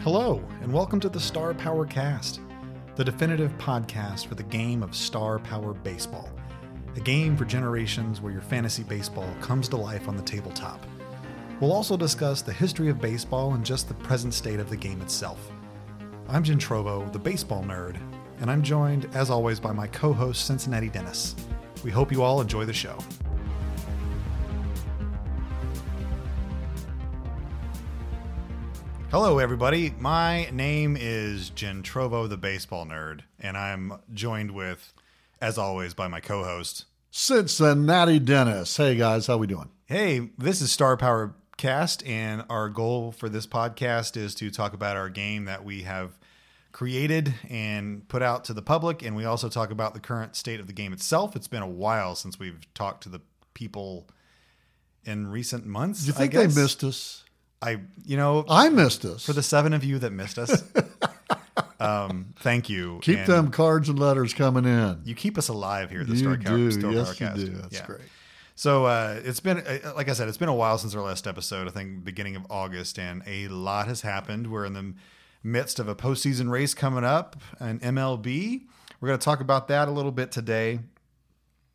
Hello, and welcome to the Star Power Cast, the definitive podcast for the game of Star Power Baseball, a game for generations where your fantasy baseball comes to life on the tabletop. We'll also discuss the history of baseball and just the present state of the game itself. I'm Jim Trovo, the baseball nerd, and I'm joined, as always, by my co host, Cincinnati Dennis. We hope you all enjoy the show. Hello, everybody. My name is Jen Trovo, the baseball nerd, and I'm joined with, as always, by my co host. Cincinnati Dennis. Hey guys, how we doing? Hey, this is Star Power Cast, and our goal for this podcast is to talk about our game that we have created and put out to the public. And we also talk about the current state of the game itself. It's been a while since we've talked to the people in recent months. Do you I think they guess. missed us? I, you know, I missed us. for the seven of you that missed us, um, thank you. Keep And them cards and letters coming in. You keep us alive here at the You Star, Cow- do. Star yes, Power you Cast. do. That's Yeah. great. So uh, it's been, uh, like I said, it's been a while since our last episode. I think beginning of August, and a lot has happened. We're in the midst of a postseason race coming up, an MLB. We're going to talk about that a little bit today.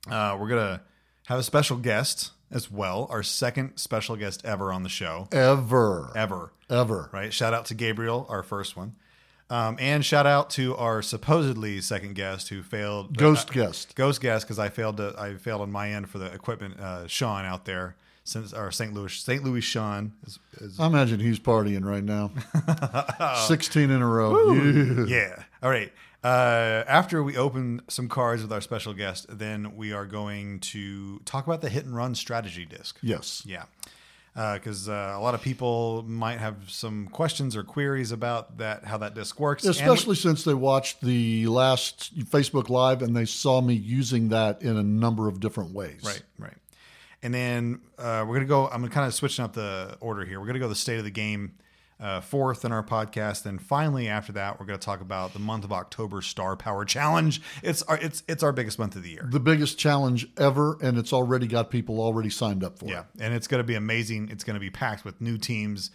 Uh, we're going to have a special guest as well, our second special guest ever on the show, Ever, ever, ever. Right? Shout out to Gabriel, our first one. Um, and shout out to our supposedly second guest who failed Ghost guest. ghost gas because I failed to I failed on my end for the equipment. Uh, Sean out there since our St. Louis St. Louis Sean is, is I imagine he's partying right now. Sixteen in a row. Yeah. yeah. All right. Uh, after we open some cards with our special guest, then we are going to talk about the hit and run strategy disc. Yes. Yeah. Because uh, a lot of people might have some questions or queries about that, how that disc works. And we- Especially since they watched the last Facebook Live and they saw me using that in a number of different ways. Right, right. And then uh, we're gonna go. I'm gonna kind of switching up the order here. We're gonna go the state of the game uh, fourth in our podcast, and finally after that, we're gonna talk about the month of October Star Power Challenge. It's our it's it's our biggest month of the year. The biggest challenge ever, and it's already got people already signed up for it. Yeah, and it's gonna be amazing. It's gonna be packed with new teams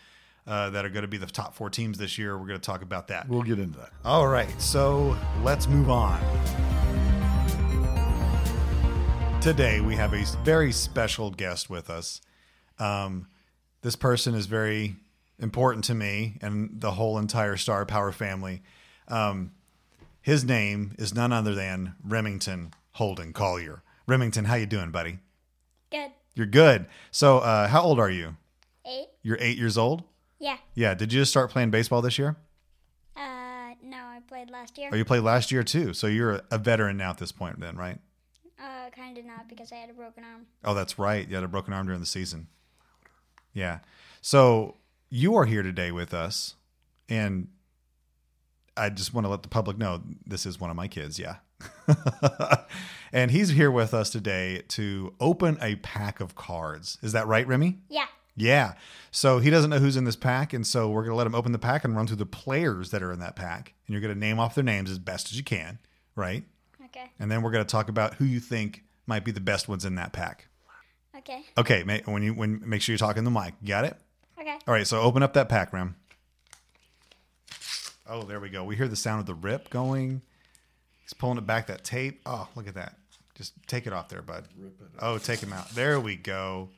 uh, that are gonna be the top four teams this year. We're gonna talk about that. We'll get into that. All right, so let's move on. Today we have a very special guest with us. Um, this person is very important to me and the whole entire Star Power family. Um, his name is none other than Remington Holden Collier. Remington, how you doing, buddy? Good. You're good. So, uh, how old are you? Eight. You're eight years old. Yeah. Yeah. Did you just start playing baseball this year? Uh, no, I played last year. Oh, you played last year too, so you're a veteran now at this point, then, right? uh, kind of not because I had a broken arm. Oh, that's right. You had a broken arm during the season. Yeah. So you are here today with us, and I just want to let the public know this is one of my kids. Yeah. and he's here with us today to open a pack of cards. Is that right, Remy? Yeah. Yeah. So he doesn't know who's in this pack, and so we're gonna let him open the pack and run through the players that are in that pack, and you're gonna name off their names as best as you can, right? Okay. and then we're going to talk about who you think might be the best ones in that pack. Okay. Okay, ma- when you when make sure you're talking the mic. Got it? Okay. All right, so open up that pack, Ram. Oh, there we go. We hear the sound of the rip going. He's pulling it back that tape. Oh, look at that. Just take it off there, bud. Rip it oh, take him out. There we go.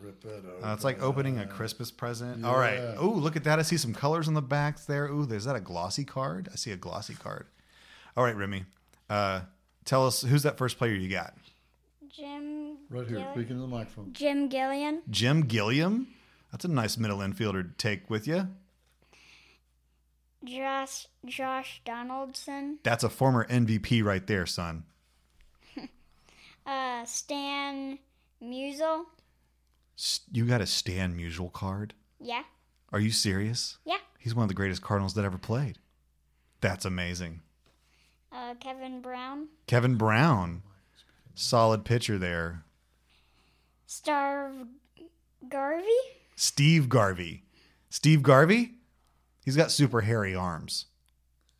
Rip it Uh, it's like opening a Christmas present. All right. Oh, look at that. I see some colors on the backs there. Ooh, is that a glossy card? I see a glossy card. All right, Remy. Uh, tell us who's that first player you got? Jim. Right here, Gilli- speaking to the microphone. Jim Gillian. Jim Gilliam. That's a nice middle infielder to take with you. Josh. Josh Donaldson. That's a former MVP right there, son. Uh, Stan Musial. S- You got a Stan Musial card? Yeah. Are you serious? Yeah. He's one of the greatest Cardinals that ever played. That's amazing. Uh, Kevin Brown. Kevin Brown. Solid pitcher there. Star Garvey. Steve Garvey. Steve Garvey? He's got super hairy arms.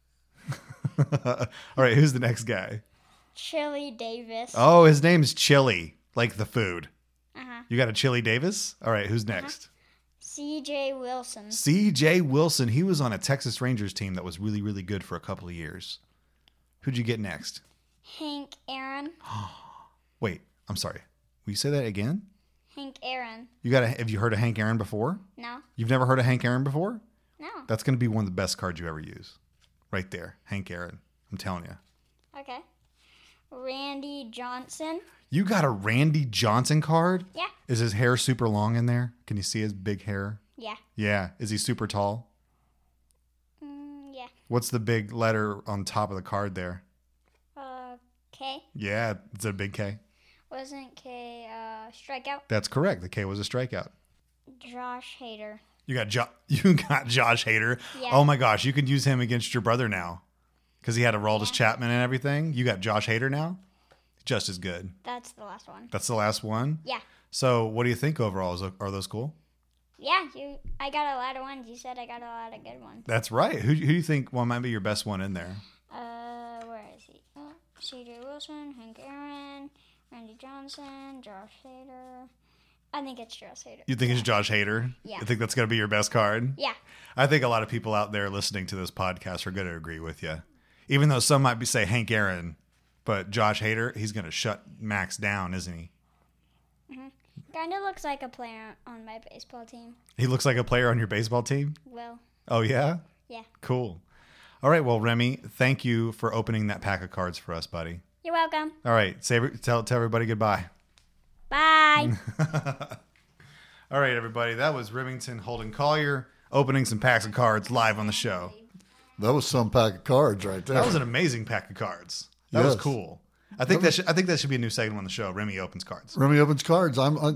All right, who's the next guy? Chili Davis. Oh, his name's Chili, like the food. Uh huh. You got a Chili Davis? All right, who's next? C.J. Wilson. C.J. Wilson. He was on a Texas Rangers team that was really, really good for a couple of years. Who'd you get next? Hank Aaron. Wait, I'm sorry. Will you say that again? Hank Aaron. You got? Have you heard of Hank Aaron before? No. You've never heard of Hank Aaron before? No. That's going to be one of the best cards you ever use, right there, Hank Aaron. I'm telling you. Okay. Randy Johnson. You got a Randy Johnson card. Yeah. Is his hair super long in there? Can you see his big hair? Yeah. Yeah. Is he super tall? Mm, yeah. What's the big letter on top of the card there? Okay. Yeah, it's a big K. Uh, Wasn't K uh, strikeout? That's correct. The K was a strikeout. Josh Hader. You got jo- you got Josh Hader. Yeah. Oh my gosh, you could use him against your brother now because he had a Raldis Chapman and everything. You got Josh Hader now, just as good. That's the last one. That's the last one. Yeah. So, what do you think overall? Is are those cool? Yeah, you. I got a lot of ones. You said I got a lot of good ones. That's right. Who, who do you think? Well, might be your best one in there. Uh, where is he? Oh, C.J. Wilson, Hank Aaron, Randy Johnson, Josh Hader. I think it's Josh Hader. You think it's Josh Hader? Yeah. You think that's gonna be your best card? Yeah. I think a lot of people out there listening to this podcast are going to agree with you, even though some might be say Hank Aaron, but Josh Hader, he's going to shut Max down, isn't he? Kind of looks like a player on my baseball team. He looks like a player on your baseball team. Well, Oh yeah, yeah. cool. All right, well Remy, thank you for opening that pack of cards for us, buddy. You're welcome. All right, say tell tell everybody goodbye. Bye. All right, everybody, that was Remington Holden Collier opening some packs of cards live on the show. That was some pack of cards right there. That was an amazing pack of cards. That was Yes. cool. I think that should, I think that should be a new segment on the show. Remy opens cards. Remy opens cards. I'm, i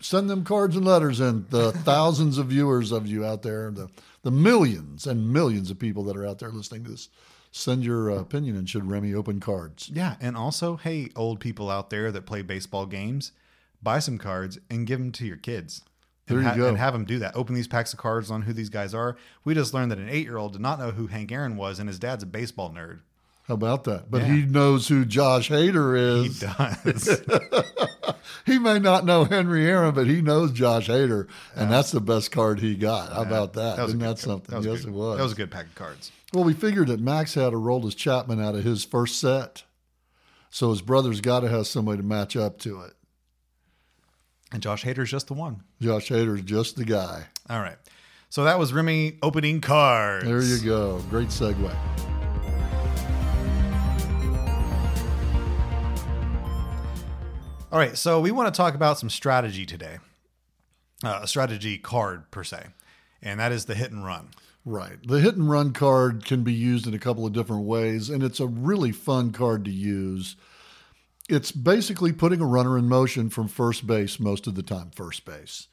send them cards and letters, and the thousands of viewers of you out there, the the millions and millions of people that are out there listening to this, send your uh, opinion and should Remy open cards? Yeah, and also, hey, old people out there that play baseball games, buy some cards and give them to your kids. And There you go. And have them do that. Open these packs of cards on who these guys are. We just learned that an eight-year-old did not know who Hank Aaron was, and his dad's a baseball nerd. How about that? But Yeah. he knows who Josh Hader He is. does. He, may not know Henry Aaron, but he knows Josh Hader, and that's the best card he got. How about that? was a Isn't good that card. something? That was yes, good. it was. That was a good pack of cards. Well, we figured that Max had a Roldis Chapman out of his first set, so his brother's got to have somebody to match up to it. And Josh Hader's just the one. Josh Hader's just the guy. All right. So that was Remy opening cards. There you go. Great segue. All right, so we want to talk about some strategy today, uh, a strategy card per se, and that is the hit and run. Right. The hit and run card can be used in a couple of different ways, and it's a really fun card to use. It's basically putting a runner in motion from first base most of the time, first base.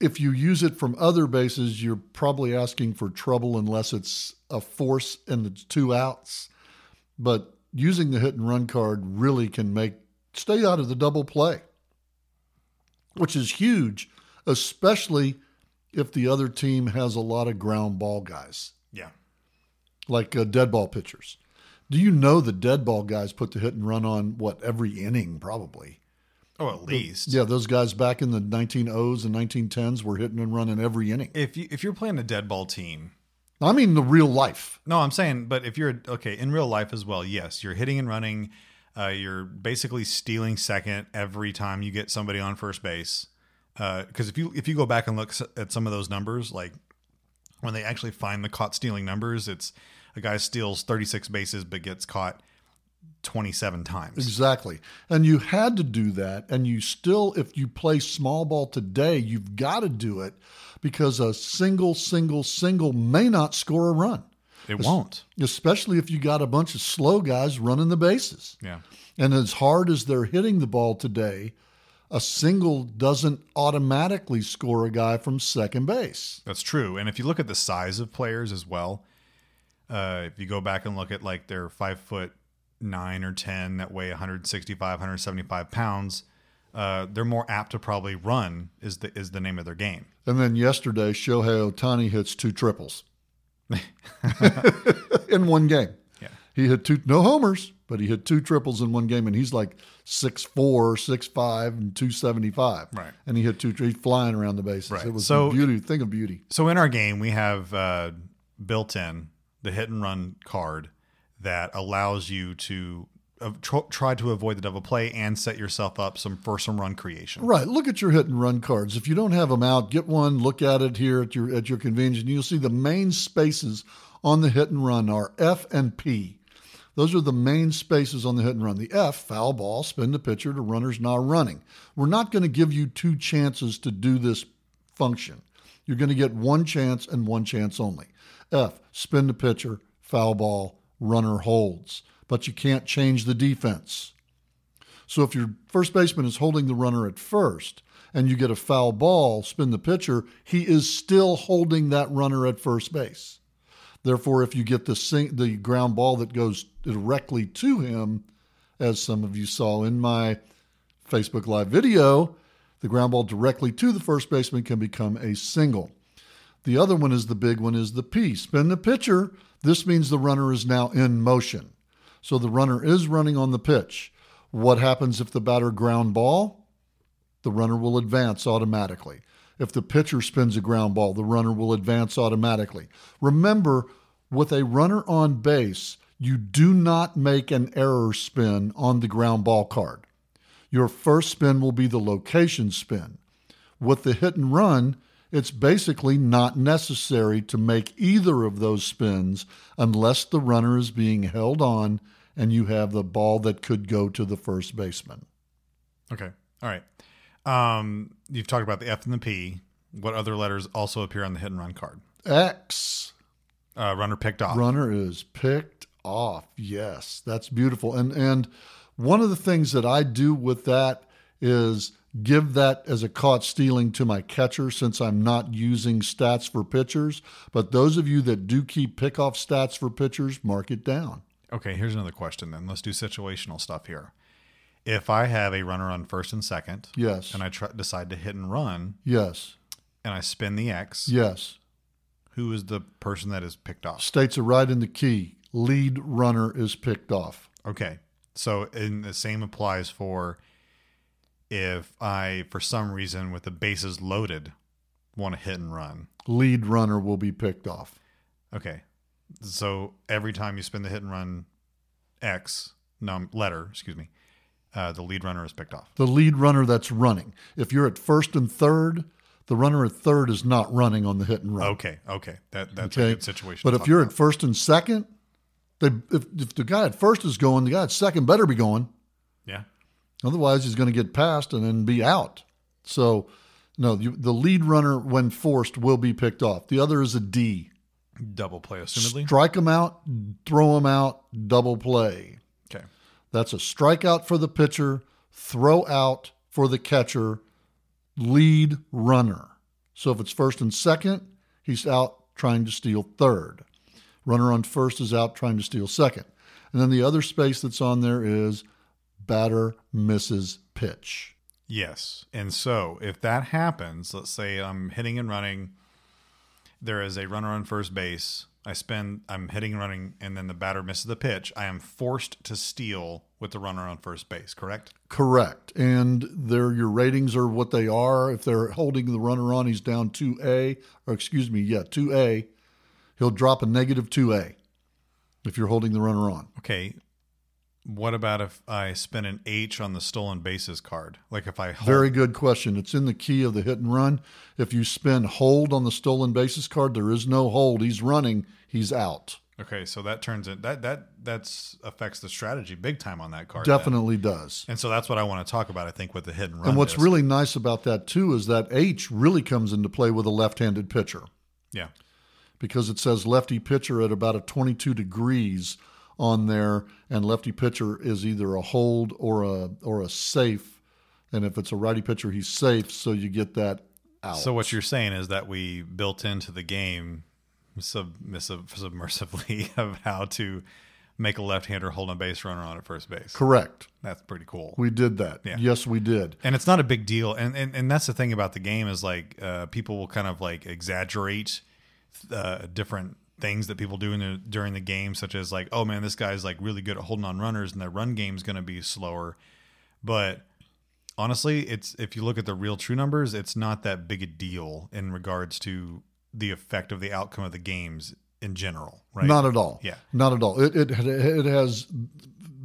If you use it from other bases, you're probably asking for trouble unless it's a force and it's two outs. But using the hit and run card really can make stay out of the double play, which is huge, especially if the other team has a lot of ground ball guys, Yeah, like uh, dead ball pitchers. Do you know the dead ball guys put the hit and run on what every inning probably? or Oh, at least Yeah, those guys back in the 1900s and 1910s were hitting and running every inning. if you if you're playing a dead ball team. I mean the real life. No, I'm saying, but if you're okay in real life as well, yes, you're hitting and running. Uh, you're basically stealing second every time you get somebody on first base. Because if you if you go back and look s- at some of those numbers, like when they actually find the caught stealing numbers, it's a guy steals 36 bases but gets caught 27 times. Exactly. And you had to do that and you still if you play small ball today, you've got to do it because a single single single may not score a run, It won't. especially if you got a bunch of slow guys running the bases. Yeah. And as hard as they're hitting the ball today, a single doesn't automatically score a guy from second base. That's true. And if you look at the size of players as well, uh, if you go back and look at like their five foot nine or 10 that weigh 165, 175 pounds, uh, they're more apt to probably run is the, is the name of their game. And then yesterday, Shohei Otani hits two triples in one game. Yeah. He hit two, no homers, but he hit two triples in one game, and he's like 6'4, 6'5, and 275. Right. And he hit two, he's flying around the bases. Right. It was So- a beauty, thing of beauty. So in our game, we have uh, built in the hit and run card that allows you to uh, tr- try to avoid the double play and set yourself up some for some run creation. Right. Look at your hit and run cards. If you don't have them out, get one. Look at it here at your at your convenience, and you'll see the main spaces on the hit and run are F and P. Those are the main spaces on the hit and run. The F, foul ball, spin the pitcher to runners not running. We're not going to give you two chances to do this function. You're going to get one chance and one chance only. F, spin the pitcher, foul ball, runner holds. But you can't change the defense. So if your first baseman is holding the runner at first and you get a foul ball, spin the pitcher, he is still holding that runner at first base. Therefore, if you get the sing- the ground ball that goes directly to him, as some of you saw in my Facebook live video, the ground ball directly to the first baseman can become a single. The other one is the big one is the P. Spin the pitcher. This means the runner is now in motion. So the runner is running on the pitch. What happens if the batter ground ball? The runner will advance automatically. If the pitcher spins a ground ball, the runner will advance automatically. Remember, with a runner on base, you do not make an error spin on the ground ball card. Your first spin will be the location spin with the hit and run, it's basically not necessary to make either of those spins unless the runner is being held on and you have the ball that could go to the first baseman. Okay. All right. Um, you've talked about the F and the P. What other letters also appear on the hit and run card? X Uh, runner picked off. runner is picked off. Yes, that's beautiful. And and one of the things that I do with that is give that as a caught stealing to my catcher since I'm not using stats for pitchers. But those of you that do keep pickoff stats for pitchers, mark it down. Okay, here's another question then. Let's do situational stuff here. If I have a runner on first and second, Yes. and I try, decide to hit and run, Yes. and I spin the X, Yes. who is the person that is picked off? States are right in the key. Lead runner is picked off. Okay. So, and the same applies for if I, for some reason, with the bases loaded, want to hit and run. Lead runner will be picked off. Okay. So every time you spin the hit and run X num letter, excuse me, uh, the lead runner is picked off. The lead runner that's running. If you're at first and third, the runner at third is not running on the hit and run. Okay. Okay. That that's a Okay. good situation. But to if talk you're at about. first and second, they, if, if the guy at first is going, the guy at second better be going. yeah. Otherwise, he's going to get passed and then be out. So, no, you, the lead runner, when forced, will be picked off. The other is a D. Double play, assumedly. Strike them out, throw them out, double play. Okay. That's a strikeout for the pitcher, throw out for the catcher, lead runner. So if it's first and second, he's out trying to steal third. Runner on first is out trying to steal second. And then the other space that's on there is batter misses pitch. Yes. And so if that happens, let's say I'm hitting and running, there is a runner on first base. I spin, I'm hitting and running, and then the batter misses the pitch. I am forced to steal with the runner on first base, correct? Correct. And their your ratings are what they are. If they're holding the runner on, he's down 2A, or excuse me, yeah, 2A. He'll drop a negative 2A if you're holding the runner on. Okay. What about if I spin an H on the stolen bases card? Like if I hold, Very good question. It's in the key of the hit and run. If you spin hold on the stolen bases card, there is no hold. He's running, he's out. okay, so that turns it that that that's affects the strategy big time on that card. then. Definitely does. And so that's what I want to talk about. I think with the hit and run. And what's is- really nice about that, too, is that H really comes into play with a left handed pitcher. yeah, because it says lefty pitcher at about a 22 degrees on there, and lefty pitcher is either a hold or a or a safe, and if it's a righty pitcher, he's safe. So you get that out. So what you're saying is that we built into the game submissive, submersively of how to make a left-hander hold a base runner on at first base. correct. That's pretty cool. We did that. Yeah. Yes, we did. And it's not a big deal. And and, and that's the thing about the game is like uh, people will kind of like exaggerate uh, different things that people do in the, during the game, such as like, oh man, this guy's like really good at holding on runners, and their run game's going to be slower. But honestly, it's if you look at the real true numbers, it's not that big a deal in regards to the effect of the outcome of the games in general, right? Not at all. Yeah. Not at all. It, it, it has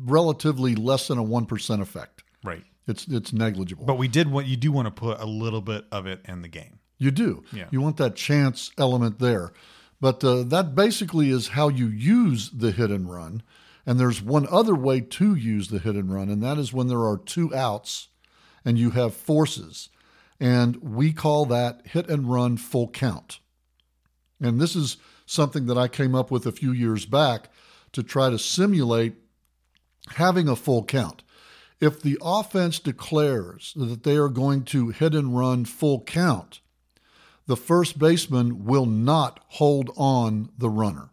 relatively less than a 1% effect. right. It's, it's negligible. But we did want you do want to put a little bit of it in the game. You do. Yeah. You want that chance element there. But uh, that basically is how you use the hit and run. And there's one other way to use the hit and run, and that is when there are two outs and you have forces. And we call that hit and run full count. And this is something that I came up with a few years back to try to simulate having a full count. If the offense declares that they are going to hit and run full count, the first baseman will not hold on the runner.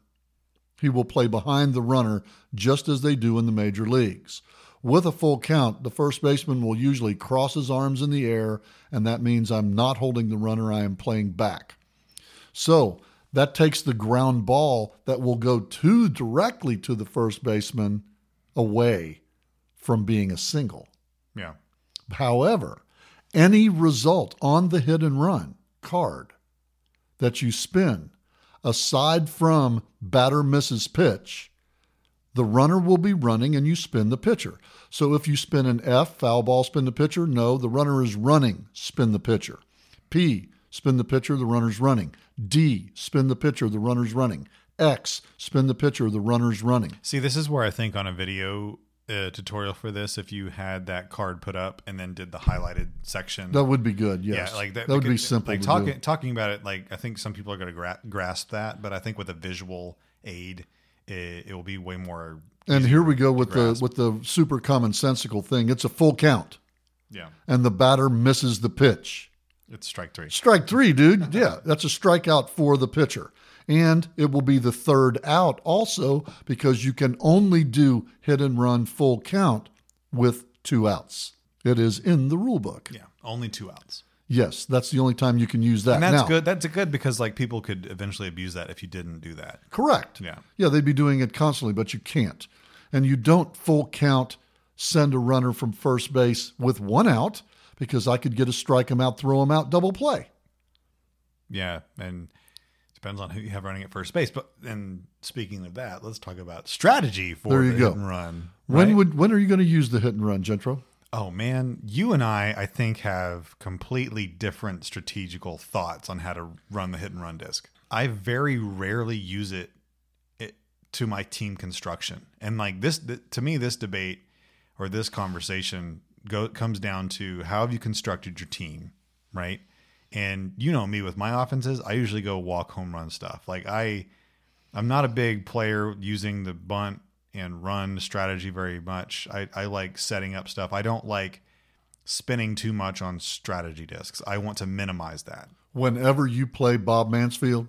He will play behind the runner just as they do in the major leagues. With a full count, the first baseman will usually cross his arms in the air, and that means I'm not holding the runner, I am playing back. So that takes the ground ball that will go too directly to the first baseman away from being a single. Yeah. However, any result on the hit and run card that you spin, aside from batter misses pitch, the runner will be running and you spin the pitcher. So if you spin an F, foul ball, spin the pitcher, no, the runner is running, spin the pitcher. P, spin the pitcher, the runner's running. D, spin the pitcher, the runner's running. X, spin the pitcher, the runner's running. See, this is where I think on a video uh, tutorial for this, if you had that card put up and then did the highlighted section, That would be good, yes. yeah, like that, would be because, simple. Like to talking do. talking about it, like I think some people are going to gra- grasp that, but I think with a visual aid, it, it will be way more. And here we go with the grasp. with the super commonsensical thing. It's a full count, Yeah, and the batter misses the pitch. it's strike three. Strike three, dude. Yeah, that's a strikeout for the pitcher. And it will be the third out also because you can only do hit and run full count with two outs. It is in the rule book. Yeah, only two outs. Yes, that's the only time you can use that. And that's now, good. That's good because like people could eventually abuse that if you didn't do that. Correct. Yeah. Yeah, they'd be doing it constantly, but you can't. And you don't full count send a runner from first base with one out because I could get a strike him out, throw him out, double play. Yeah, and depends on who you have running at first base. But and speaking of that, let's talk about strategy for There you the go. hit and run. When right? would when are you going to use the hit and run, Gentro? Oh man, you and I, I think, have completely different strategical thoughts on how to run the hit and run disc. I very rarely use it, it to my team construction, and like this, th- to me, this debate or this conversation go, comes down to how have you constructed your team, right? And you know me with my offenses, I usually go walk home run stuff. Like I, I'm not a big player using the bunt and run strategy very much. I, I like setting up stuff. I don't like spinning too much on strategy discs. I want to minimize that. Whenever you play Bob Mansfield,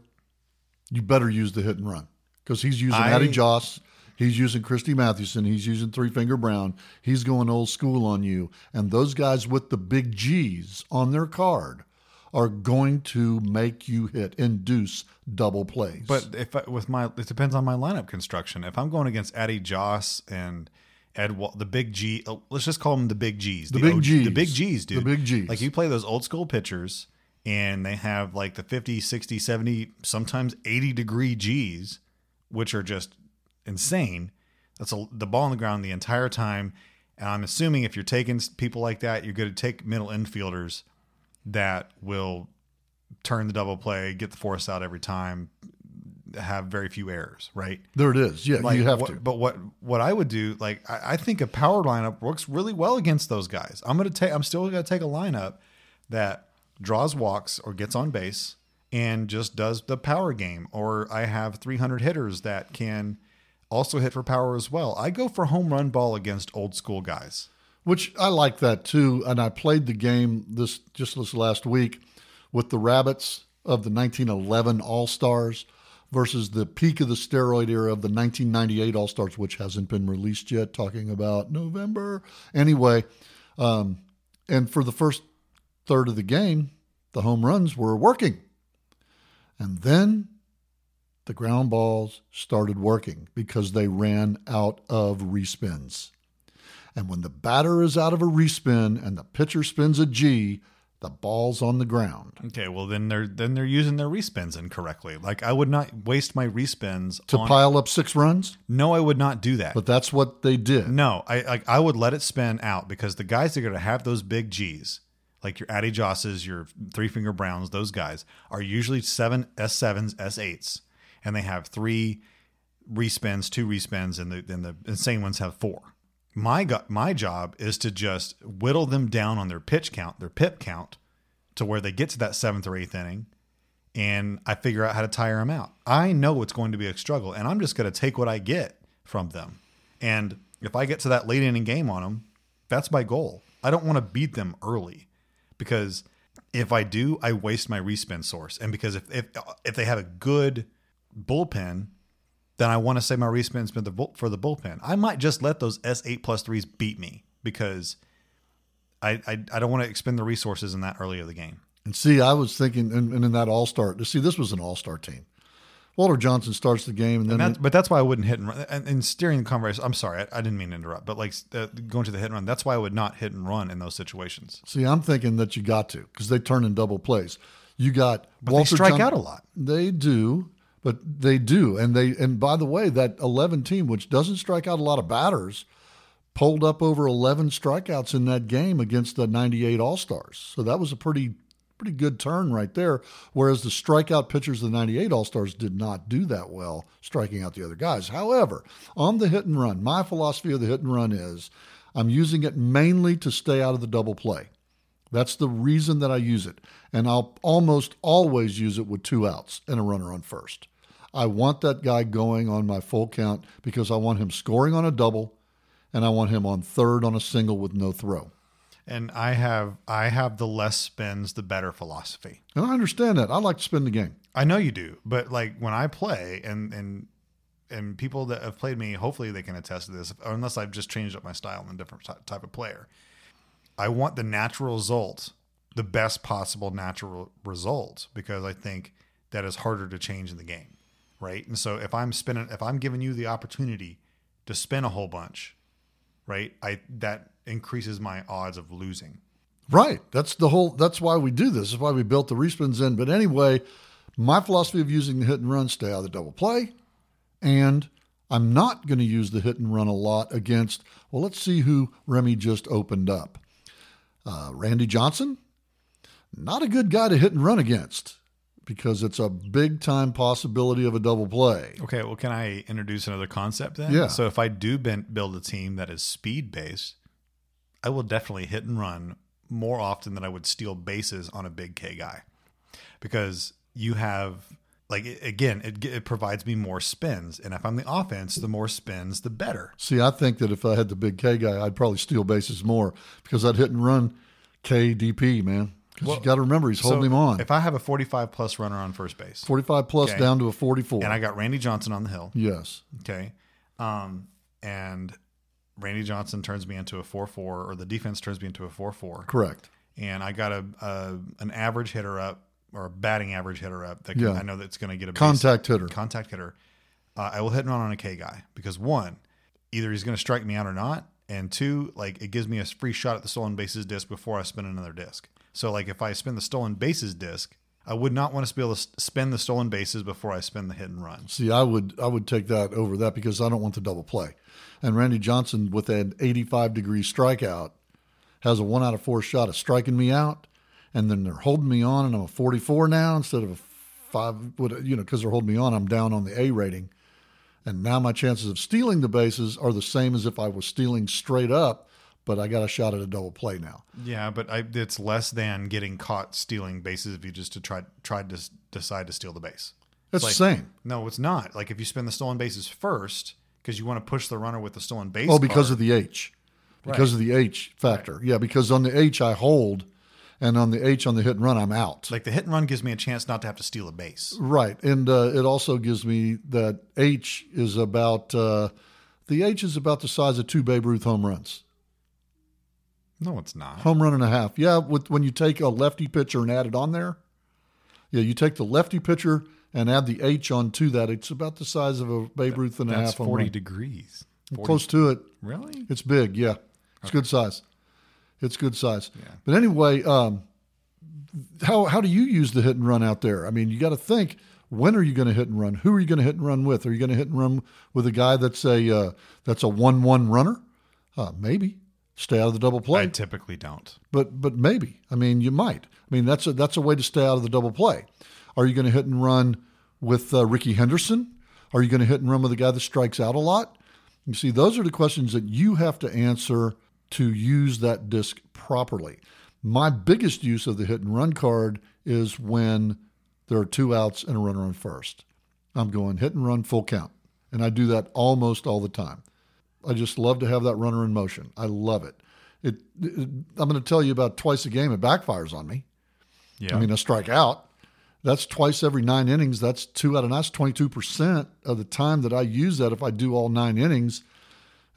you better use the hit and run because he's using I- Addie Joss, he's using Christy Mathewson, he's using Three Finger Brown, he's going old school on you, and those guys with the big G's on their card are going to make you hit, induce double plays. But if I, with my, it depends on my lineup construction. If I'm going against Addy Joss and Ed, Wa- the big G, oh, let's just call them the big G's, the, big OG Gs. the big G's, dude, The big Gs. Like you play those old school pitchers and they have like the 50, 60, 70, sometimes 80 degree G's, which are just insane. That's a, the ball on the ground the entire time. And I'm assuming if you're taking s- people like that, you're going to take middle infielders that will turn the double play, get the force out every time, have very few errors, right? there it is. Yeah, Like, you have what- to. But what what I would do, like I, I think a power lineup works really well against those guys. I'm gonna take I'm still gonna take a lineup that draws walks or gets on base and just does the power game. Or I have 300 hitters that can also hit for power as well. I go for home run ball against old school guys. Which I like that too. And I played the game this just this last week with the Rabbits of the 1911 All Stars versus the peak of the steroid era of the 1998 All Stars, which hasn't been released yet. Talking about November anyway. Um, and for the first third of the game, the home runs were working, and then the ground balls started working because they ran out of respins. And when the batter is out of a respin and the pitcher spins a G, the ball's on the ground. Okay, well then they're then they're using their respins incorrectly. Like I would not waste my respins To on- pile up six runs, No, I would not do that. but that's what they did. no, I like I would let it spin out because the guys that are going to have those big G's, like your Addy Josses, your Three Finger Browns, those guys are usually seven S sevens, S eights, and they have three respins, two respins, and the and the insane ones have four. My go- my job is to just whittle them down on their pitch count, their pip count, to where they get to that seventh or eighth inning, and I figure out how to tire them out. I know it's going to be a struggle, and I'm just going to take what I get from them. And if I get to that late inning game on them, that's my goal. I don't want to beat them early because if I do, I waste my respin source. And because if if, if they have a good bullpen, then I want to say my respins for the bull- for the bullpen. I might just let those S eight plus threes beat me because I, I I don't want to expend the resources in that early of the game. And see, I was thinking, and, and in that all star, see, this was an all star team. Walter Johnson starts the game, and then And that's, but that's why I wouldn't hit and run. And, and steering the conversation, I'm sorry, I, I didn't mean to interrupt, but like uh, going to the hit and run, that's why I would not hit and run in those situations. see, I'm thinking that you got to because they turn in double plays. You got But Walter they strike Johnson- out a lot. They do, but they do, and they and by the way, that 11 team, which doesn't strike out a lot of batters, pulled up over 11 strikeouts in that game against the 98 All Stars. So that was a pretty pretty good turn right there. Whereas the strikeout pitchers of the 98 All Stars did not do that well, striking out the other guys. However, on the hit and run, my philosophy of the hit and run is I'm using it mainly to stay out of the double play. That's the reason that I use it. And I'll almost always use it with two outs and a runner on first. I want that guy going on my full count because I want him scoring on a double and I want him on third on a single with no throw. And I have I have the less spins, the better philosophy. And I understand that. I like to spin the game. I know you do, but like when I play and and and people that have played me, hopefully they can attest to this, unless I've just changed up my style and a different ty- type of player. I want the natural result, the best possible natural result, because I think that is harder to change in the game, right? And so if I'm spinning, if I'm giving you the opportunity to spin a whole bunch, right? I that increases my odds of losing. Right. That's the whole that's why we do this. That's why we built the respins in. But anyway, my philosophy of using the hit and run stay out of the double play. And I'm not going to use the hit and run a lot against, well, let's see who Remy just opened up. Uh, Randy Johnson, not a good guy to hit and run against because it's a big time possibility of a double play. Okay, well, can I introduce another concept then? Yeah. So if I do ben- build a team that is speed based, I will definitely hit and run more often than I would steal bases on a big K guy, because you have like a- again, it, g- it provides me more spins, and if I'm the offense, the more spins, the better. See, I think that if I had the big K guy, I'd probably steal bases more because I'd hit and run KDP, man. Because Well, you got to remember, he's holding So him on. If I have a 45 plus runner on first base, 45 plus Okay. down to a 44. and I got Randy Johnson on the hill, yes. Okay. Um, and Randy Johnson turns me into a 4 4, or the defense turns me into a 4 4. Correct. And I got a, a an average hitter up or a batting average hitter up that can, Yeah. I know that's going to get a base- Contact hitter. contact hitter. Uh, I will hit and run on a K guy because one, either he's going to strike me out or not. And two, like it gives me a free shot at the stolen bases disc before I spin another disc. So, like if I spin the stolen bases disc, I would not want to be able to s- spin the stolen bases before I spin the hit and run. See, I would I would take that over that because I don't want the double play. And Randy Johnson with an 85 degree strikeout has a one out of four shot of striking me out, and then they're holding me on, and I'm a 44 now instead of a five. What you know, because they're holding me on, I'm down on the A rating, and now my chances of stealing the bases are the same as if I was stealing straight up, but I got a shot at a double play now. Yeah, but I, it's less than getting caught stealing bases if you just to try, tried to s- decide to steal the base. That's like- the same. No, it's not. Like if you spin the stolen bases first because you want to push the runner with the stolen base. Oh, because card. of the H. Because of the H factor. Yeah, because on the H I hold and on the H on the hit and run I'm out. like the hit and run gives me a chance not to have to steal a base. right. And uh, it also gives me that H is about uh, the H is about the size of two Babe Ruth home runs. No, it's not. Home run and a half. Yeah, with, when you take a lefty pitcher and add it on there. Yeah, you take the lefty pitcher and add the H on to that, it's about the size of a Babe Ruth and a That's half. home 40 run. degrees. 40 Close to it. Really? Mm. It's big, yeah. It's good size. It's good size. Yeah. But anyway, um, how how do you use the hit and run out there? I mean, you got to think. When are you going to hit and run? Who are you going to hit and run with? Are you going to hit and run with a guy that's a uh, that's a one one runner? Uh, maybe stay out of the double play I typically don't. but but maybe. I mean, you might. I mean, that's a that's a way to stay out of the double play. Are you going to hit and run with uh, Ricky Henderson? Are you going to hit and run with a guy that strikes out a lot? You see, those are the questions that you have to answer to use that disc properly. My biggest use of the hit and run card is when there are two outs and a runner on first. I'm going hit and run full count, and I do that almost all the time. I just love to have that runner in motion. I love it. It, it- I'm going to tell you about twice a game it backfires on me. Yeah. I mean, I strike out. That's twice every nine innings. That's two out of nine. That's 22% of the time that I use that if I do all nine innings.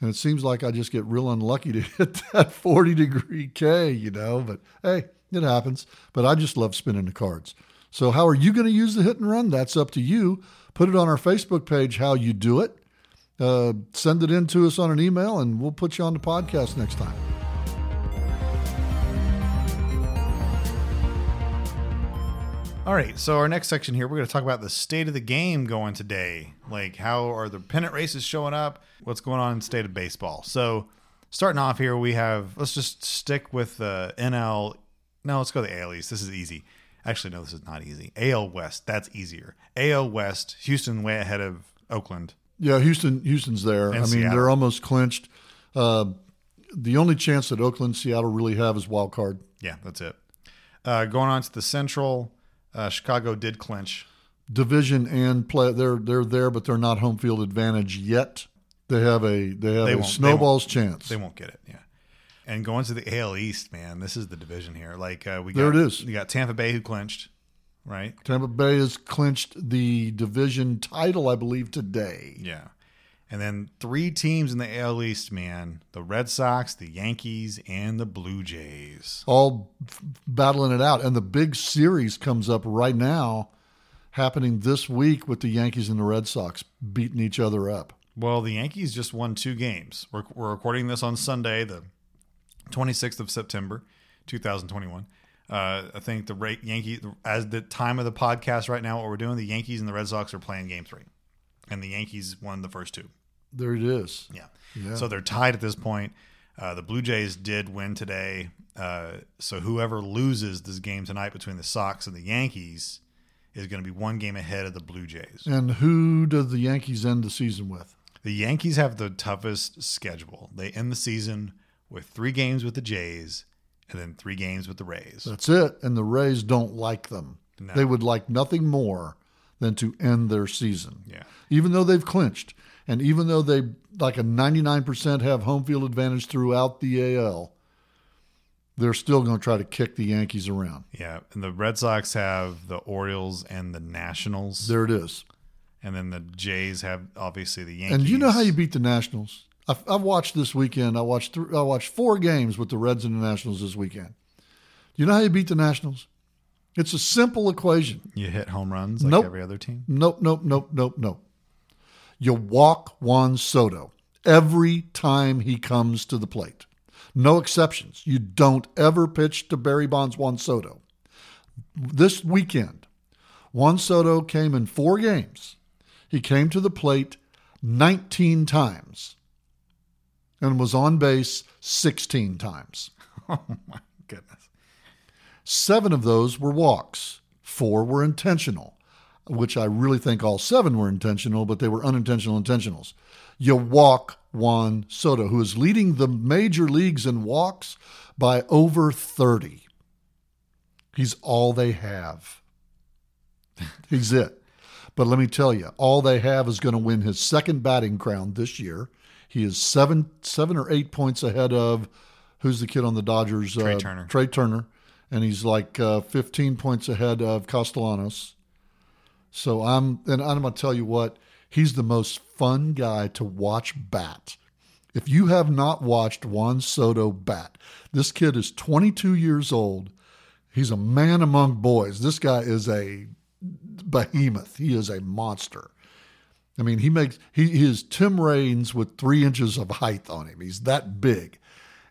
And it seems like I just get real unlucky to hit that 40 degree K, you know, but hey, it happens. But I just love spinning the cards. So, how are you going to use the hit and run? That's up to you. Put it on our Facebook page how you do it. Uh, send it in to us on an email, and we'll put you on the podcast next time. All right, so our next section here, we're going to talk about the state of the game going today. Like, how are the pennant races showing up? What's going on in the state of baseball? So, starting off here, we have let's just stick with the NL. No, let's go to the AL East. This is easy. Actually, no, this is not easy. AL West, that's easier. AL West, Houston way ahead of Oakland. Yeah, Houston. Houston's there. I mean, Seattle. they're almost clinched. Uh, the only chance that Oakland, Seattle really have is wild card. Yeah, that's it. Uh, going on to the Central, uh, Chicago did clinch. Division and play. They're they're there, but they're not home field advantage yet. They have a they have They a won't. They snowball's chance. They won't get it. Yeah. And going to the AL East, man, this is the division here. Like uh, we got, There it is. You got Tampa Bay who clinched, right? Tampa Bay has clinched the division title, I believe, today. Yeah. And then three teams in the AL East, man: the Red Sox, the Yankees, and the Blue Jays. All f- battling it out, and the big series comes up right now, happening this week with the Yankees and the Red Sox beating each other up. Well, the Yankees just won two games. We're, we're recording this on Sunday, the 26th of September, 2021. Uh, I think the rate Yankee, as the time of the podcast right now, what we're doing, the Yankees and the Red Sox are playing game three. And the Yankees won the first two. There it is. Yeah. So they're tied at this point. Uh, the Blue Jays did win today. Uh, so whoever loses this game tonight between the Sox and the Yankees is going to be one game ahead of the Blue Jays. And who does the Yankees end the season with? The Yankees have the toughest schedule. They end the season with three games with the Jays and then three games with the Rays. That's it. And the Rays don't like them. No. They would like nothing more than to end their season. Yeah. Even though they've clinched, and even though they like a 99% have home field advantage throughout the AL, they're still going to try to kick the Yankees around. Yeah. And the Red Sox have the Orioles and the Nationals. There it is. and then the Jays have obviously the Yankees. And you know how you beat the Nationals? I've, I've watched this weekend. I watched th- I watched four games with the Reds and the Nationals this weekend. You know how you beat the Nationals? It's a simple equation. you hit home runs like Nope. every other team. Nope, nope, nope, nope, nope. You walk Juan Soto every time he comes to the plate. No exceptions. You don't ever pitch to Barry Bonds Juan Soto. This weekend, Juan Soto came in four games. He came to the plate 19 times and was on base 16 times. Oh my goodness. Seven of those were walks, four were intentional, which I really think all seven were intentional, but they were unintentional intentionals. You walk Juan Soto, who is leading the major leagues in walks by over 30. He's all they have. He's it. But let me tell you, all they have is going to win his second batting crown this year. He is seven, seven or eight points ahead of who's the kid on the Dodgers? uh, Trey Turner. Trey Turner, and he's like uh, 15 points ahead of Castellanos. So I'm, and I'm going to tell you what, he's the most fun guy to watch bat. If you have not watched Juan Soto bat, this kid is 22 years old. He's a man among boys. This guy is a behemoth. He is a monster. I mean, he makes he, he is Tim Raines with three inches of height on him. He's that big,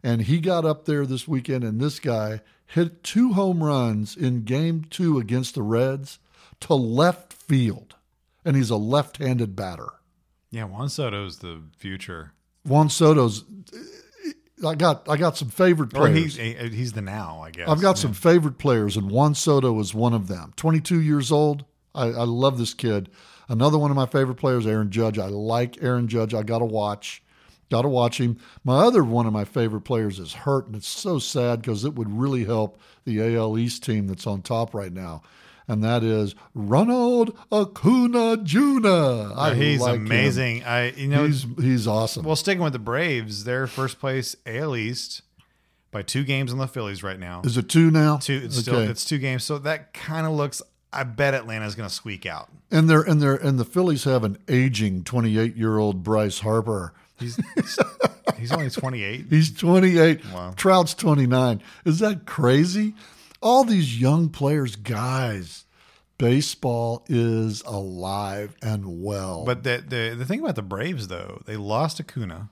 and he got up there this weekend, and this guy hit two home runs in Game Two against the Reds to left field, and he's a left-handed batter. Yeah, Juan Soto's the future. Juan Soto's. I got I got some favorite Or he's, players. he- uh, he's the now, I guess. I've got some favorite players, and Juan Soto is one of them. 22 years old. I, I love this kid. Another one of my favorite players, Aaron Judge. I like Aaron Judge. I got to watch. Got to watch him. My other one of my favorite players is hurt, and it's so sad because it would really help the AL East team that's on top right now. And that is Ronald Acuna Jr. I Uh, he's like him. amazing. I you know He's he's awesome. well sticking with the Braves, they're first place AL East by two games on the Phillies right now. is it two now? Two it's still it's two games. So that kind of looks I bet Atlanta's gonna squeak out. And they're and they're and the Phillies have an aging 28 year old Bryce Harper. He's he's only twenty eight. He's 28. Wow. Trout's 29. Is that crazy? All these young players, guys. Baseball is alive and well. But the, the the thing about the Braves though, they lost Acuna.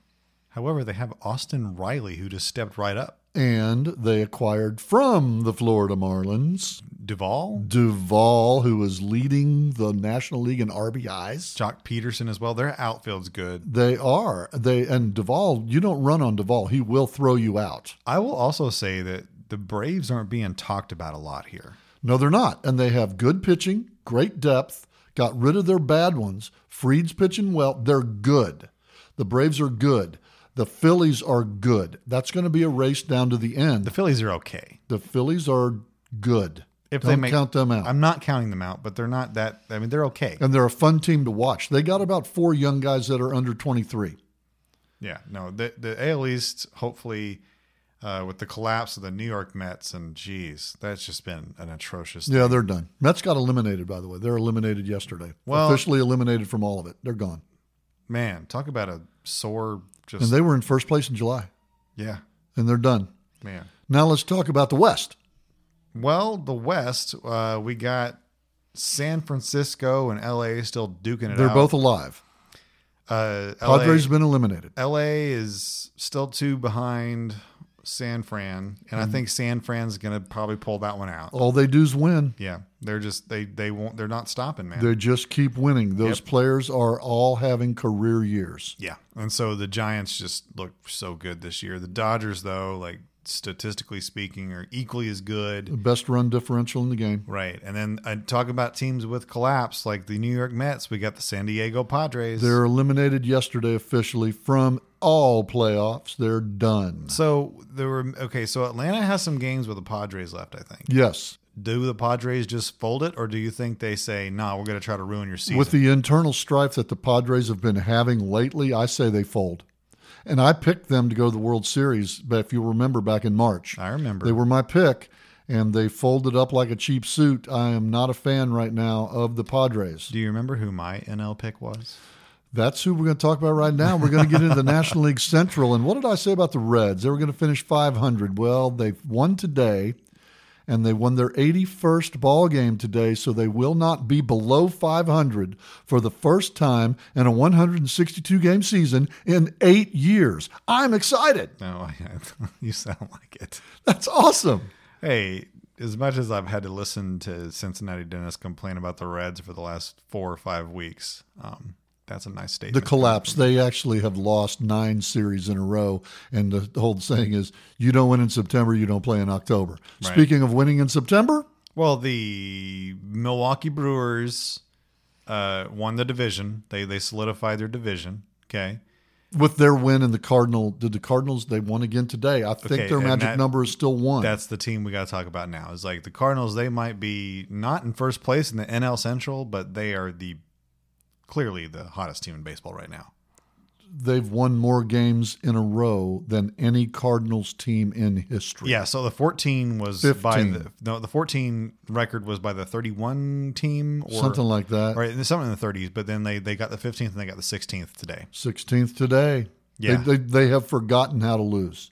However, they have Austin Riley who just stepped right up. and they acquired from the Florida Marlins Duvall, Duvall, who is leading the National League in RBIs. Jock Peterson as well. Their outfield's good. They are they and Duvall. You don't run on Duvall; he will throw you out. I will also say that the Braves aren't being talked about a lot here. No, they're not. And they have good pitching, great depth, got rid of their bad ones. Freed's pitching well. They're good. The Braves are good. The Phillies are good. That's going to be a race down to the The end. Phillies are okay. The Phillies are good. If Don't they make- count them out. I'm not counting them out, but they're not that. I mean, they're okay. and they're a fun team to watch. They got about four young guys that are under 23. Yeah, no. The the AL East, hopefully, uh, with the collapse of the New York Mets, and geez, that's just been an atrocious. Yeah, they're done. Mets got eliminated, by the way. They're eliminated yesterday. Well- Officially eliminated from all of it. They're gone. Man, talk about a sore. Just And they were in first place in July, yeah, and they're done. man. Now let's talk about the West. Well, the West, uh, we got San Francisco and LA still duking it They're out. both alive. uh, LA, Padres have been eliminated. LA is still two behind San Fran, and I think San Fran's gonna probably pull that one out. All they do is win. Yeah, they're just they they won't they're not stopping, man. They just keep winning. Those players are all having career years. yeah, and so the Giants just look so good this year. The Dodgers, though, like statistically speaking, are equally as good. The best run differential in the game. Right, and then I talk about teams with collapse, like the New York Mets. We got the San Diego Padres. They're eliminated yesterday officially from all playoffs. They're done. So there were okay. So Atlanta has some games with the Padres left. I think. Yes. Do the Padres just fold it, or do you think they say, "No, nah, we're going to try to ruin your season"? With the internal strife that the Padres have been having lately, I say they fold. And I picked them to go to the World Series, but if you remember back in March. I remember. They were my pick, and they folded up like a cheap suit. I am not a fan right now of the Padres. do you remember who my NL pick was? That's who we're going to talk about right now. We're going to get into the National League Central. And what did I say about the Reds? They were going to finish 500. Well, they won today, and they won their 81st ball game today, so they will not be below 500 for the first time in a 162 game season in eight years. I'm excited. No, I, you sound like it. That's awesome. Hey, as much as I've had to listen to Cincinnati Dennis complain about the Reds for the last four or five weeks, um, that's a nice The statement. collapse. They actually have lost nine series in a row. And the whole saying is you don't win in September, you don't play in October. Speaking of winning in September, well, the Milwaukee Brewers uh, won the division. They they solidified their division. Okay. with their win and the Cardinal, did the Cardinals they won again today? I think Okay, their and magic that- number is still one. That's the team we got to talk about now. Is like the Cardinals. They might be not in first place in the NL Central, but they are the clearly the hottest team in baseball right now. They've won more games in a row than any Cardinals team in history. Yeah. So the 14 was by 15. the no the 14 record was by the 31 team or something like that. right something in the 30s. But then they they got the 15th and they got the 16th today. 16th today. Yeah. They, they, they have forgotten how to lose.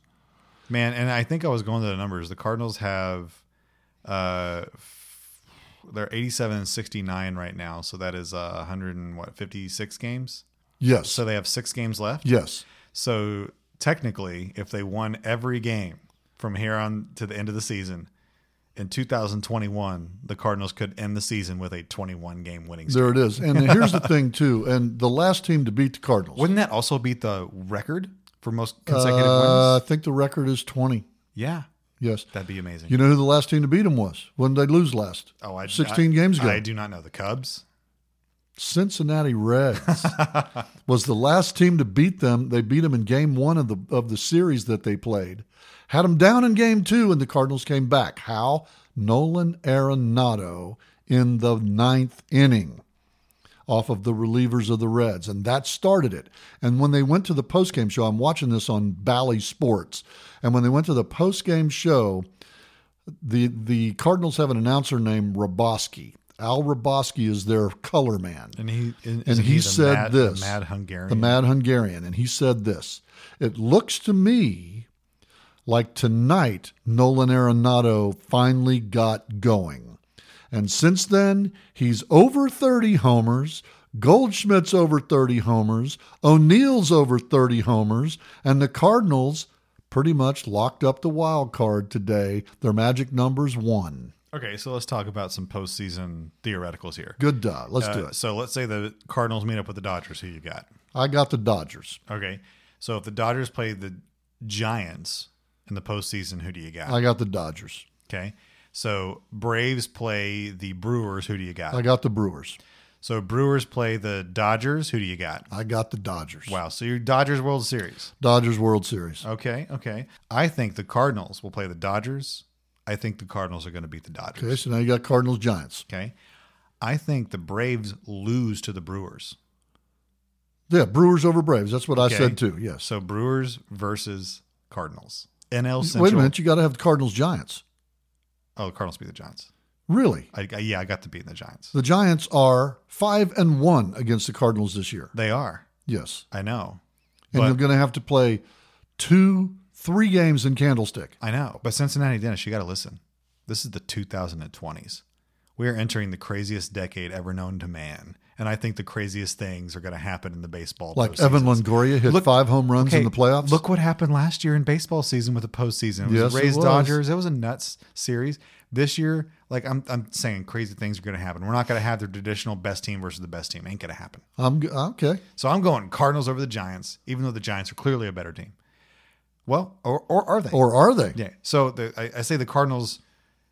Man, and I think I was going to the numbers. The Cardinals have uh f- they're 87 and 69 right now, so that is uh, 100 and what 56 games. Yes. So they have six games left. yes. So technically, if they won every game from here on to the end of the season in 2021, the Cardinals could end the season with a 21 game winning streak. There it is. And here's the thing too. And the last team to beat the Cardinals. Wouldn't that also beat the record for most consecutive uh, wins? I think the record is 20. Yeah, Yes. that'd be amazing. You know who the last team to beat them was? When did they lose last? oh, I, 16 I- games ago. I do not know the Cubs. Cincinnati Reds was the last team to beat them. They beat them in game one of the of the series that they played. Had them down in game two, and the Cardinals came back. How? Nolan Arenado in the ninth inning off of the relievers of the Reds, and that started it. And when they went to the postgame show, I'm watching this on Bally Sports, and when they went to the postgame show, the the Cardinals have an announcer named Roboski. Al Roboski is their color man. And he and, And he said mad, this. the mad Hungarian. The Mad Hungarian. And he said this It looks to me like tonight Nolan Arenado finally got going. And since then, he's over 30 homers. Goldschmidt's over 30 homers. O'Neill's over 30 homers. And the Cardinals pretty much locked up the wild card today. Their magic number's one. Okay, so let's talk about some postseason theoreticals here. Good duh. Let's do Uh, it. So let's say the Cardinals meet up with the Dodgers. Who you got? I got the Dodgers. Okay, so if the Dodgers play the Giants in the postseason, who do you got? I got the Dodgers. okay, so Braves play the Brewers. Who do you got? I got the Brewers. so Brewers play the Dodgers. Who do you got? I got the Dodgers. Wow, so your Dodgers World Series. Dodgers World Series. Okay, okay. I think the Cardinals will play the Dodgers. I think the Cardinals are going to beat the Dodgers. Okay, so now you got Cardinals Giants. Okay. I think the Braves lose to the Brewers. Yeah, Brewers over Braves. That's what I Okay. said too. Yes. So Brewers versus Cardinals. NL Central. Wait a minute, you got to have the Cardinals Giants. Oh, the Cardinals beat the Giants. Really? I, I- yeah, I got to beat the Giants. The Giants are five and one against the Cardinals this year. They are. Yes, I know. and But- you're going to have to play two, three games in Candlestick. I know. But Cincinnati, Dennis, you got to listen. This is the 2020s. We are entering the craziest decade ever known to man. And I think the craziest things are going to happen in the baseball. Like Evan postseasons. Longoria hit Oh, Look- five home runs in the playoffs. Look what happened last year in baseball season with the postseason. It was Yes, it Rays was. Dodgers. It was a nuts series. This year, like I'm, I'm saying, crazy things are going to happen. We're not going to have the traditional best team versus the best team. Ain't going to happen. I'm g- okay. So I'm going Cardinals over the Giants, even though the Giants are clearly a better team. Well, or, or are they? Or are they? yeah. So the, I, I say the Cardinals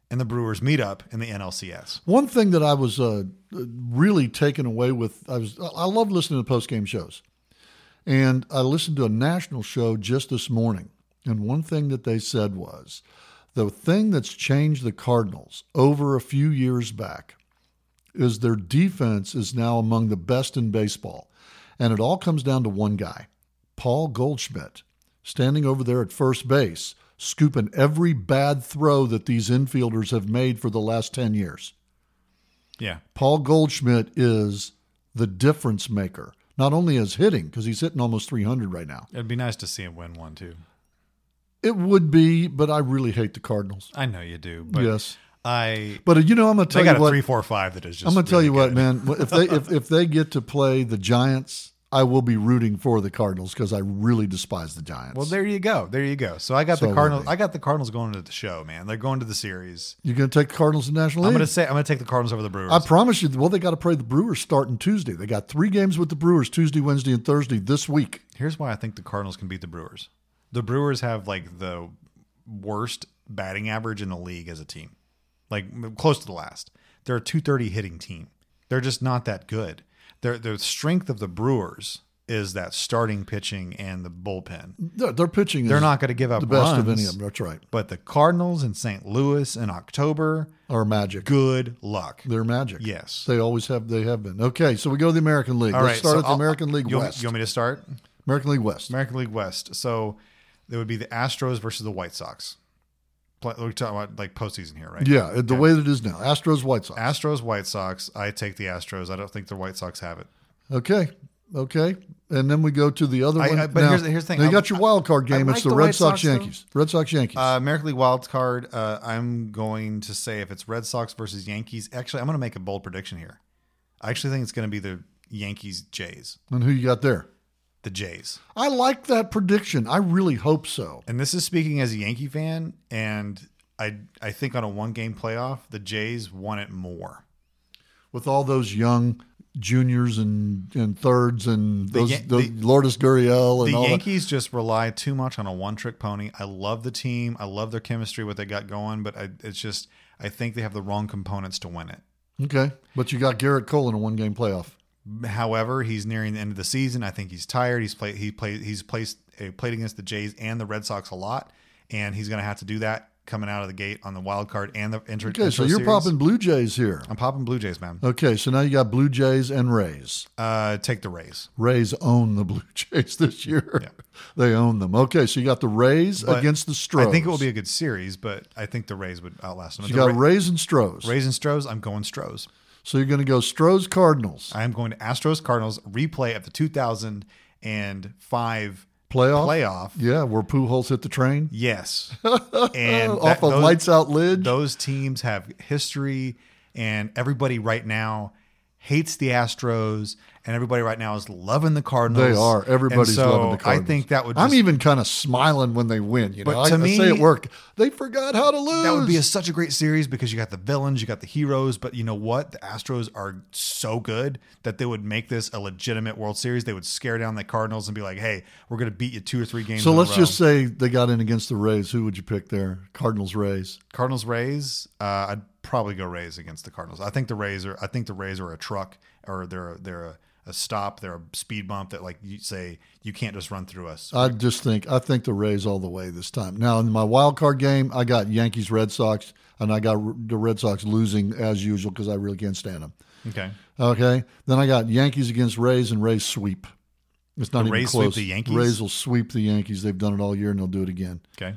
and the Brewers meet up in the NLCS. One thing that I was uh, really taken away with, I was, I love listening to post game shows, and I listened to a national show just this morning, and one thing that they said was, the thing that's changed the Cardinals over a few years back is their defense is now among the best in baseball, and it all comes down to one guy, Paul Goldschmidt, standing over there at first base, scooping every bad throw that these infielders have made for the last ten years. Yeah. Paul Goldschmidt is the difference maker. Not only as hitting, because he's hitting almost 300 right now. It'd be nice to see him win one too. It would be, but I really hate the Cardinals. I know you do, but yes, I. but uh, you know I'm gonna tell They got you a what. three, four, five that is just. I'm gonna tell really you what, good. man. If they if, if they get to play the Giants, I will be rooting for the Cardinals because I really despise the Giants. Well, there you go. There you go. So I got So the will Cardinals. they. I got the Cardinals going to the show, man. They're going to the series. you're gonna take the Cardinals in the National I'm League. gonna say I'm gonna take the Cardinals over the Brewers. I promise you. Well, they got to play the Brewers starting Tuesday. They got three games with the Brewers Tuesday, Wednesday, and Thursday this week. Here's why I think the Cardinals can beat the Brewers. The Brewers have like the worst batting average in the league as a team, like m- close to the last. They're a 230 hitting team. They're just not that good. Their the strength of the Brewers is that starting pitching and the bullpen. Their, their pitching. They're is not going to give up the best runs, of any of them. That's right. But the Cardinals in St. Louis in October, Or magic. good luck. They're magic. Yes. They always have. They have been. Okay, so we go to the American League. All right, Let's start so at the I'll- American League you want me- West. You want me to start? American League West. American League West. So there would be the Astros versus the White Sox. Pla- We're talking about like postseason here, right? yeah, the way that it is now. Astros, White Sox. Astros, White Sox. I take the Astros. I don't think the White Sox have it. Okay. Okay. And then we go to the other I- one. I- but here's the- here's the thing. now you I- got your wild card I game. like it's the, the Red White Sox, Sox, though. Yankees. Red Sox Yankees. Uh, American League wild card. Uh, I'm going to say if it's Red Sox versus Yankees. Actually, I'm going to make a bold prediction here. I actually think it's going to be the Yankees Jays. and who you got there? The Jays. I like that prediction. I really hope so. And this is speaking as a Yankee fan, and I I think on a one game playoff, the Jays won it more. With all those young juniors and, and thirds and The those, Yan- the, the- Lourdes Gurriel and The all that. Yankees just rely too much on a one trick pony. I love the team. I love their chemistry, what they got going, but I, it's just I think they have the wrong components to win it. Okay, but you got Garrett Cole in a one game playoff. However, he's nearing the end of the season. I think he's tired. He's played. He played. He's placed. uh, Played against the Jays and the Red Sox a lot, and he's going to have to do that coming out of the gate on the wild card and the inter. Okay, so intro you're series. popping Blue Jays here. I'm popping Blue Jays, man. Okay, so now you got Blue Jays and Rays. Uh, take the Rays. Rays own the Blue Jays this year. Yeah. They own them. Okay, so you got the Rays But against the Stros. I think it will be a good series, but I think the Rays would outlast them. you The got Ra- Rays and Stros. Rays and Stros. I'm going Stros. So you're going to go Stros Cardinals I am going to Astros Cardinals replay of the 2005 playoff. playoff. Yeah, where Pujols hit the train Yes, and off that- of those- lights out lid. those teams have history and everybody right now hates the Astros and everybody right now is loving the Cardinals. They are. And Everybody's so loving the Cardinals. I think that would I'm just- even kind of smiling when they win. You know, But I, to I me- say at work, they forgot how to lose. that would be a, such a great series because you got the villains, you got the heroes, but you know what? The Astros are so good that they would make this a legitimate World Series. They would scare down the Cardinals and be like, "Hey, we're going to beat you two or three games." so in a let's row. just say they got in against the Rays. Who would you pick there? Cardinals, Rays. Cardinals Rays. Uh, I'd probably go Rays against the Cardinals. I think the Rays are. I think the Rays are a truck, or they're they're a, a stop. They're a speed bump that like you say you can't just run through us. I just think I think the Rays all the way this time. Now in my wild card game, I got Yankees, Red Sox, and I got r- the Red Sox losing as usual because I really can't stand them. Okay, Okay, then I got Yankees against Rays and Rays sweep. It's not The even Rays sweep close. the Yankees? Rays will sweep the Yankees. They've done it all year and they'll do it again. okay.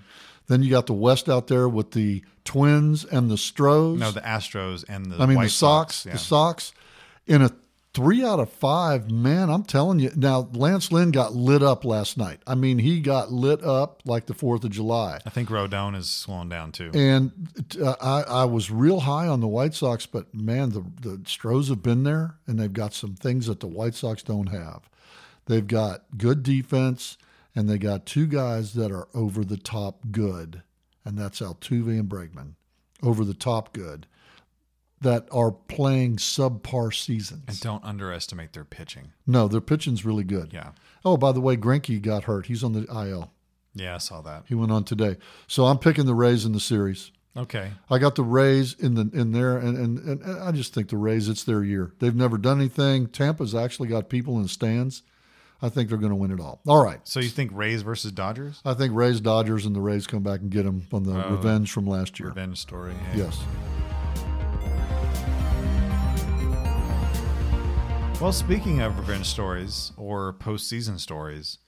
Then you got the West out there with the Twins and the Stros. No, the Astros and the I mean White the Sox, Sox. yeah. the Sox, in a three out of five. Man, I'm telling you now. Lance Lynn got lit up last night. I mean, he got lit up like the Fourth of July. I think Rodon is slowing down too. And uh, I, I was real high on the White Sox, but man, the the Stros have been there, and they've got some things that the White Sox don't have. They've got good defense, and they got two guys that are over the top good, and that's Altuve and Bregman, over the top good, that are playing subpar And seasons. don't underestimate their pitching. No, their pitching's really good. Yeah, Oh, by the way, Greinke got hurt. He's on the IL. yeah, I saw that. He went on today. So I'm picking the Rays in the series. Okay, I got the Rays in the in there, and, and and I just think the Rays. It's their year. They've never done anything. Tampa's actually got people in stands. I think they're going to win it all. All right. so you think Rays versus Dodgers? I think Rays Dodgers and the Rays come back and get them on the revenge from last year. Revenge story. yeah. Yes. Well, speaking of revenge stories or postseason stories,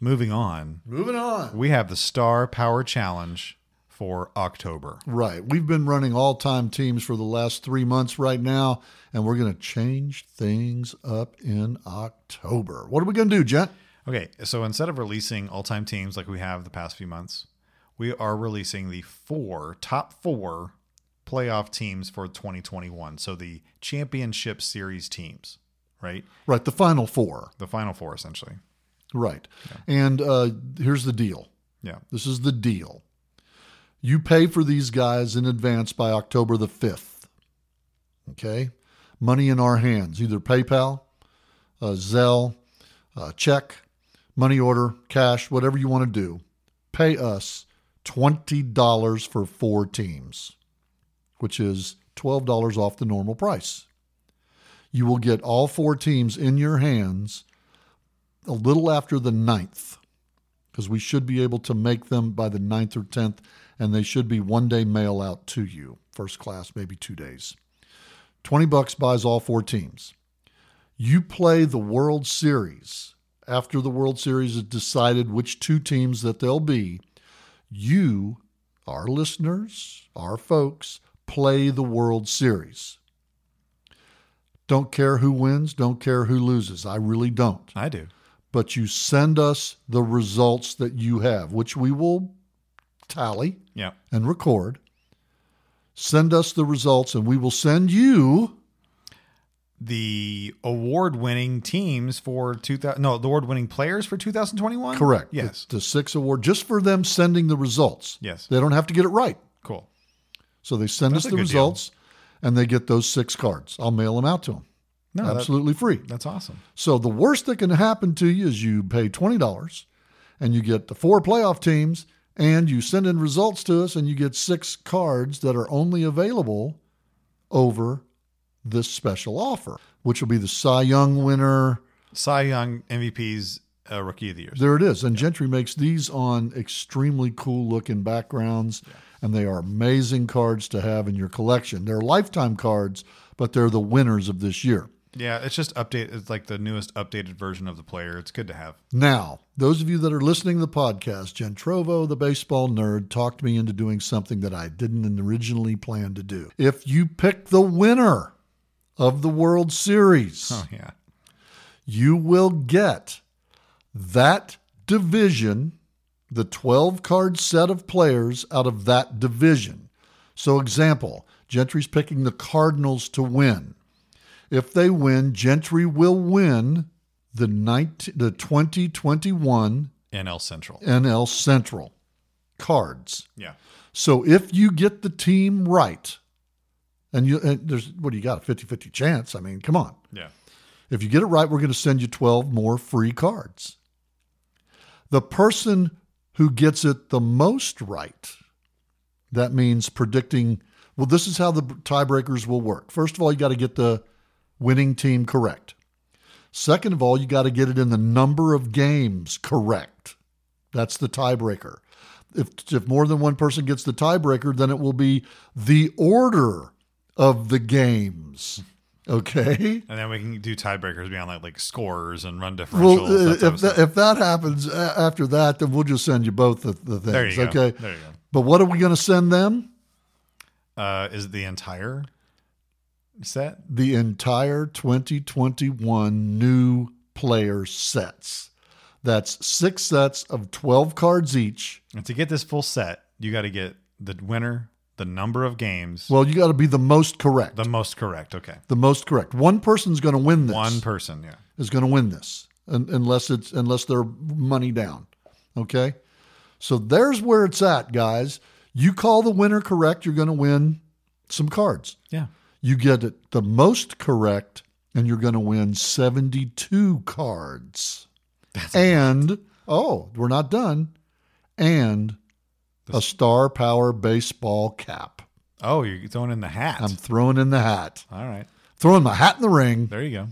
moving on. Moving on. We have the Star Power Challenge for October. Right. We've been running all time teams for the last three months right now, and we're going to change things up in October. What are we going to do, Jet? Okay, so instead of releasing all time teams like we have the past few months, we are releasing the four top four playoff teams for 2021. So the championship series teams, right? Right. The final four. The final four, essentially. Right. And uh, here's the deal. Yeah. This is the deal. You pay for these guys in advance by October the 5th. Okay? Money in our hands, either PayPal, uh, Zelle, uh, check, money order, cash, whatever you want to do. Pay us $20 for four teams, which is $12 off the normal price. You will get all four teams in your hands a little after the 9th because we should be able to make them by the 9th or 10th, and they should be one day mail out to you, first class, maybe two days. 20 bucks buys all four teams. You play the World Series. After the World Series is decided which two teams that they'll be, you, our listeners, our folks, play the World Series. Don't care who wins, don't care who loses. I really don't. I do. But you send us the results that you have, which we will tally Yeah. and record. Send us the results, and we will send you The award-winning teams for 2000 no, the award-winning players for 2021? correct. the- Yes. The, six award just for them sending the results. Yes. They don't have to get it right. Cool. So they send That's us a the good deal. results and they get those six cards. I'll mail them out to them. No, that- Absolutely free. that's awesome. So the worst that can happen to you is you pay $20 and you get the four playoff teams and you send in results to us and you get six cards that are only available over this special offer, which will be the Cy Young winner. Cy Young MVP's uh, Rookie of the Year. There it is. And Gentry makes these on extremely cool looking backgrounds, and they are amazing cards to have in your collection. They're lifetime cards, but they're the winners of this year. Yeah, it's just update. It's like the newest updated version of the player. It's good to have. Now, those of you that are listening to the podcast, Jen Trovo, the baseball nerd, talked me into doing something that I didn't originally plan to do. If you pick the winner of the World Series, Oh yeah, you will get that division, the 12 card set of players out of that division. So, example, Gentry's picking the Cardinals to win. If they win, Gentry will win the 19, the 2021 NL Central. NL Central cards. Yeah, So if you get the team right, and you and there's what do you got a 50-50 chance? I mean, come on. yeah. If you get it right, we're going to send you 12 more free cards. The person who gets it the most right, that means predicting, well, this is how the tiebreakers will work. First of all, you got to get the winning team correct. Second of all, you got to get it in the number of games correct. That's the tiebreaker. If, if more than one person gets the tiebreaker, then it will be the order of the games. Okay? And then we can do tiebreakers beyond that, like scores and run differentials. Well, that uh, type of if stuff. that, if that happens a- after that, then we'll just send you both the, the things. there you go. okay. There you But what are we going to send them? go. Uh, is it the entire set? The entire 2021 new player sets. That's six sets of 12 cards each. And to get this full set, you got to get the winner, the number of games, Well, you got to be the most correct. the The, most correct. Okay, most correct. One person's going to win this. one person. Yeah, is going to win this un- unless it's unless they're money down. Okay? So there's where it's at, guys. You call the winner correct, you're going to win some cards. yeah. You get it the most correct and you're going to win 72 cards. and oh, we're not done. And a star power baseball cap. Oh, you're throwing in the hat. I'm throwing in the hat, All right, throwing my hat in the ring. there you go.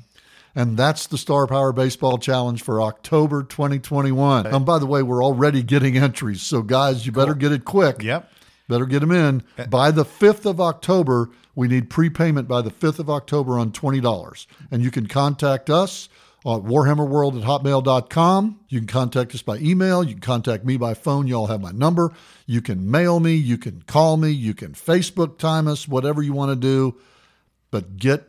And that's the Star Power Baseball Challenge for October 2021. And by the way, we're already getting entries. So, guys, you better get it quick. Yep. Better get them in. By the 5th of October, we need prepayment by the 5th of October on $20. And you can contact us at warhammerworld at hotmail.com. You can contact us by email. You can contact me by phone. Y'all have my number. You can mail me. You can call me. You can Facebook time us, whatever you want to do. But get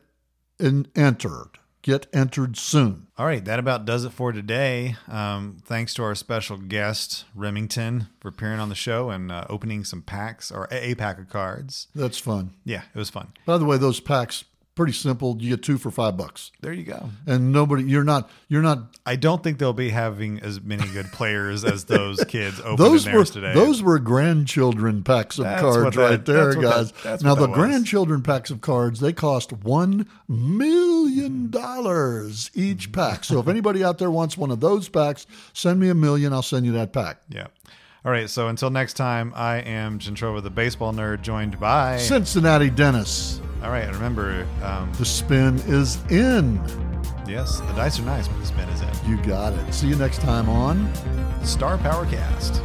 in, entered. Get entered soon. All right, that about does it for today. Um, thanks to our special guest Remington for appearing on the show and uh, opening some packs or a, a pack of cards. That's fun. Yeah, it was fun. By the way, those packs, pretty simple. You get two for five bucks. There you go. And nobody, you're not, you're not I don't think they'll be having as many good players as those kids opened those in were theirs today. those were grandchildren packs of That's what cards that- right there, that's what that- guys. that's now what the that was. grandchildren packs of cards they cost one Hmm. million dollars each pack. So if anybody out there wants one of those packs, send me a million. I'll send you that pack. yeah. All right. So until next time, I am Gentrova, the baseball nerd, joined by. Cincinnati Dennis, All right. Remember, um, the spin is in. yes, the dice are nice, but the spin is in. You got it. See you next time on. Star Power Cast.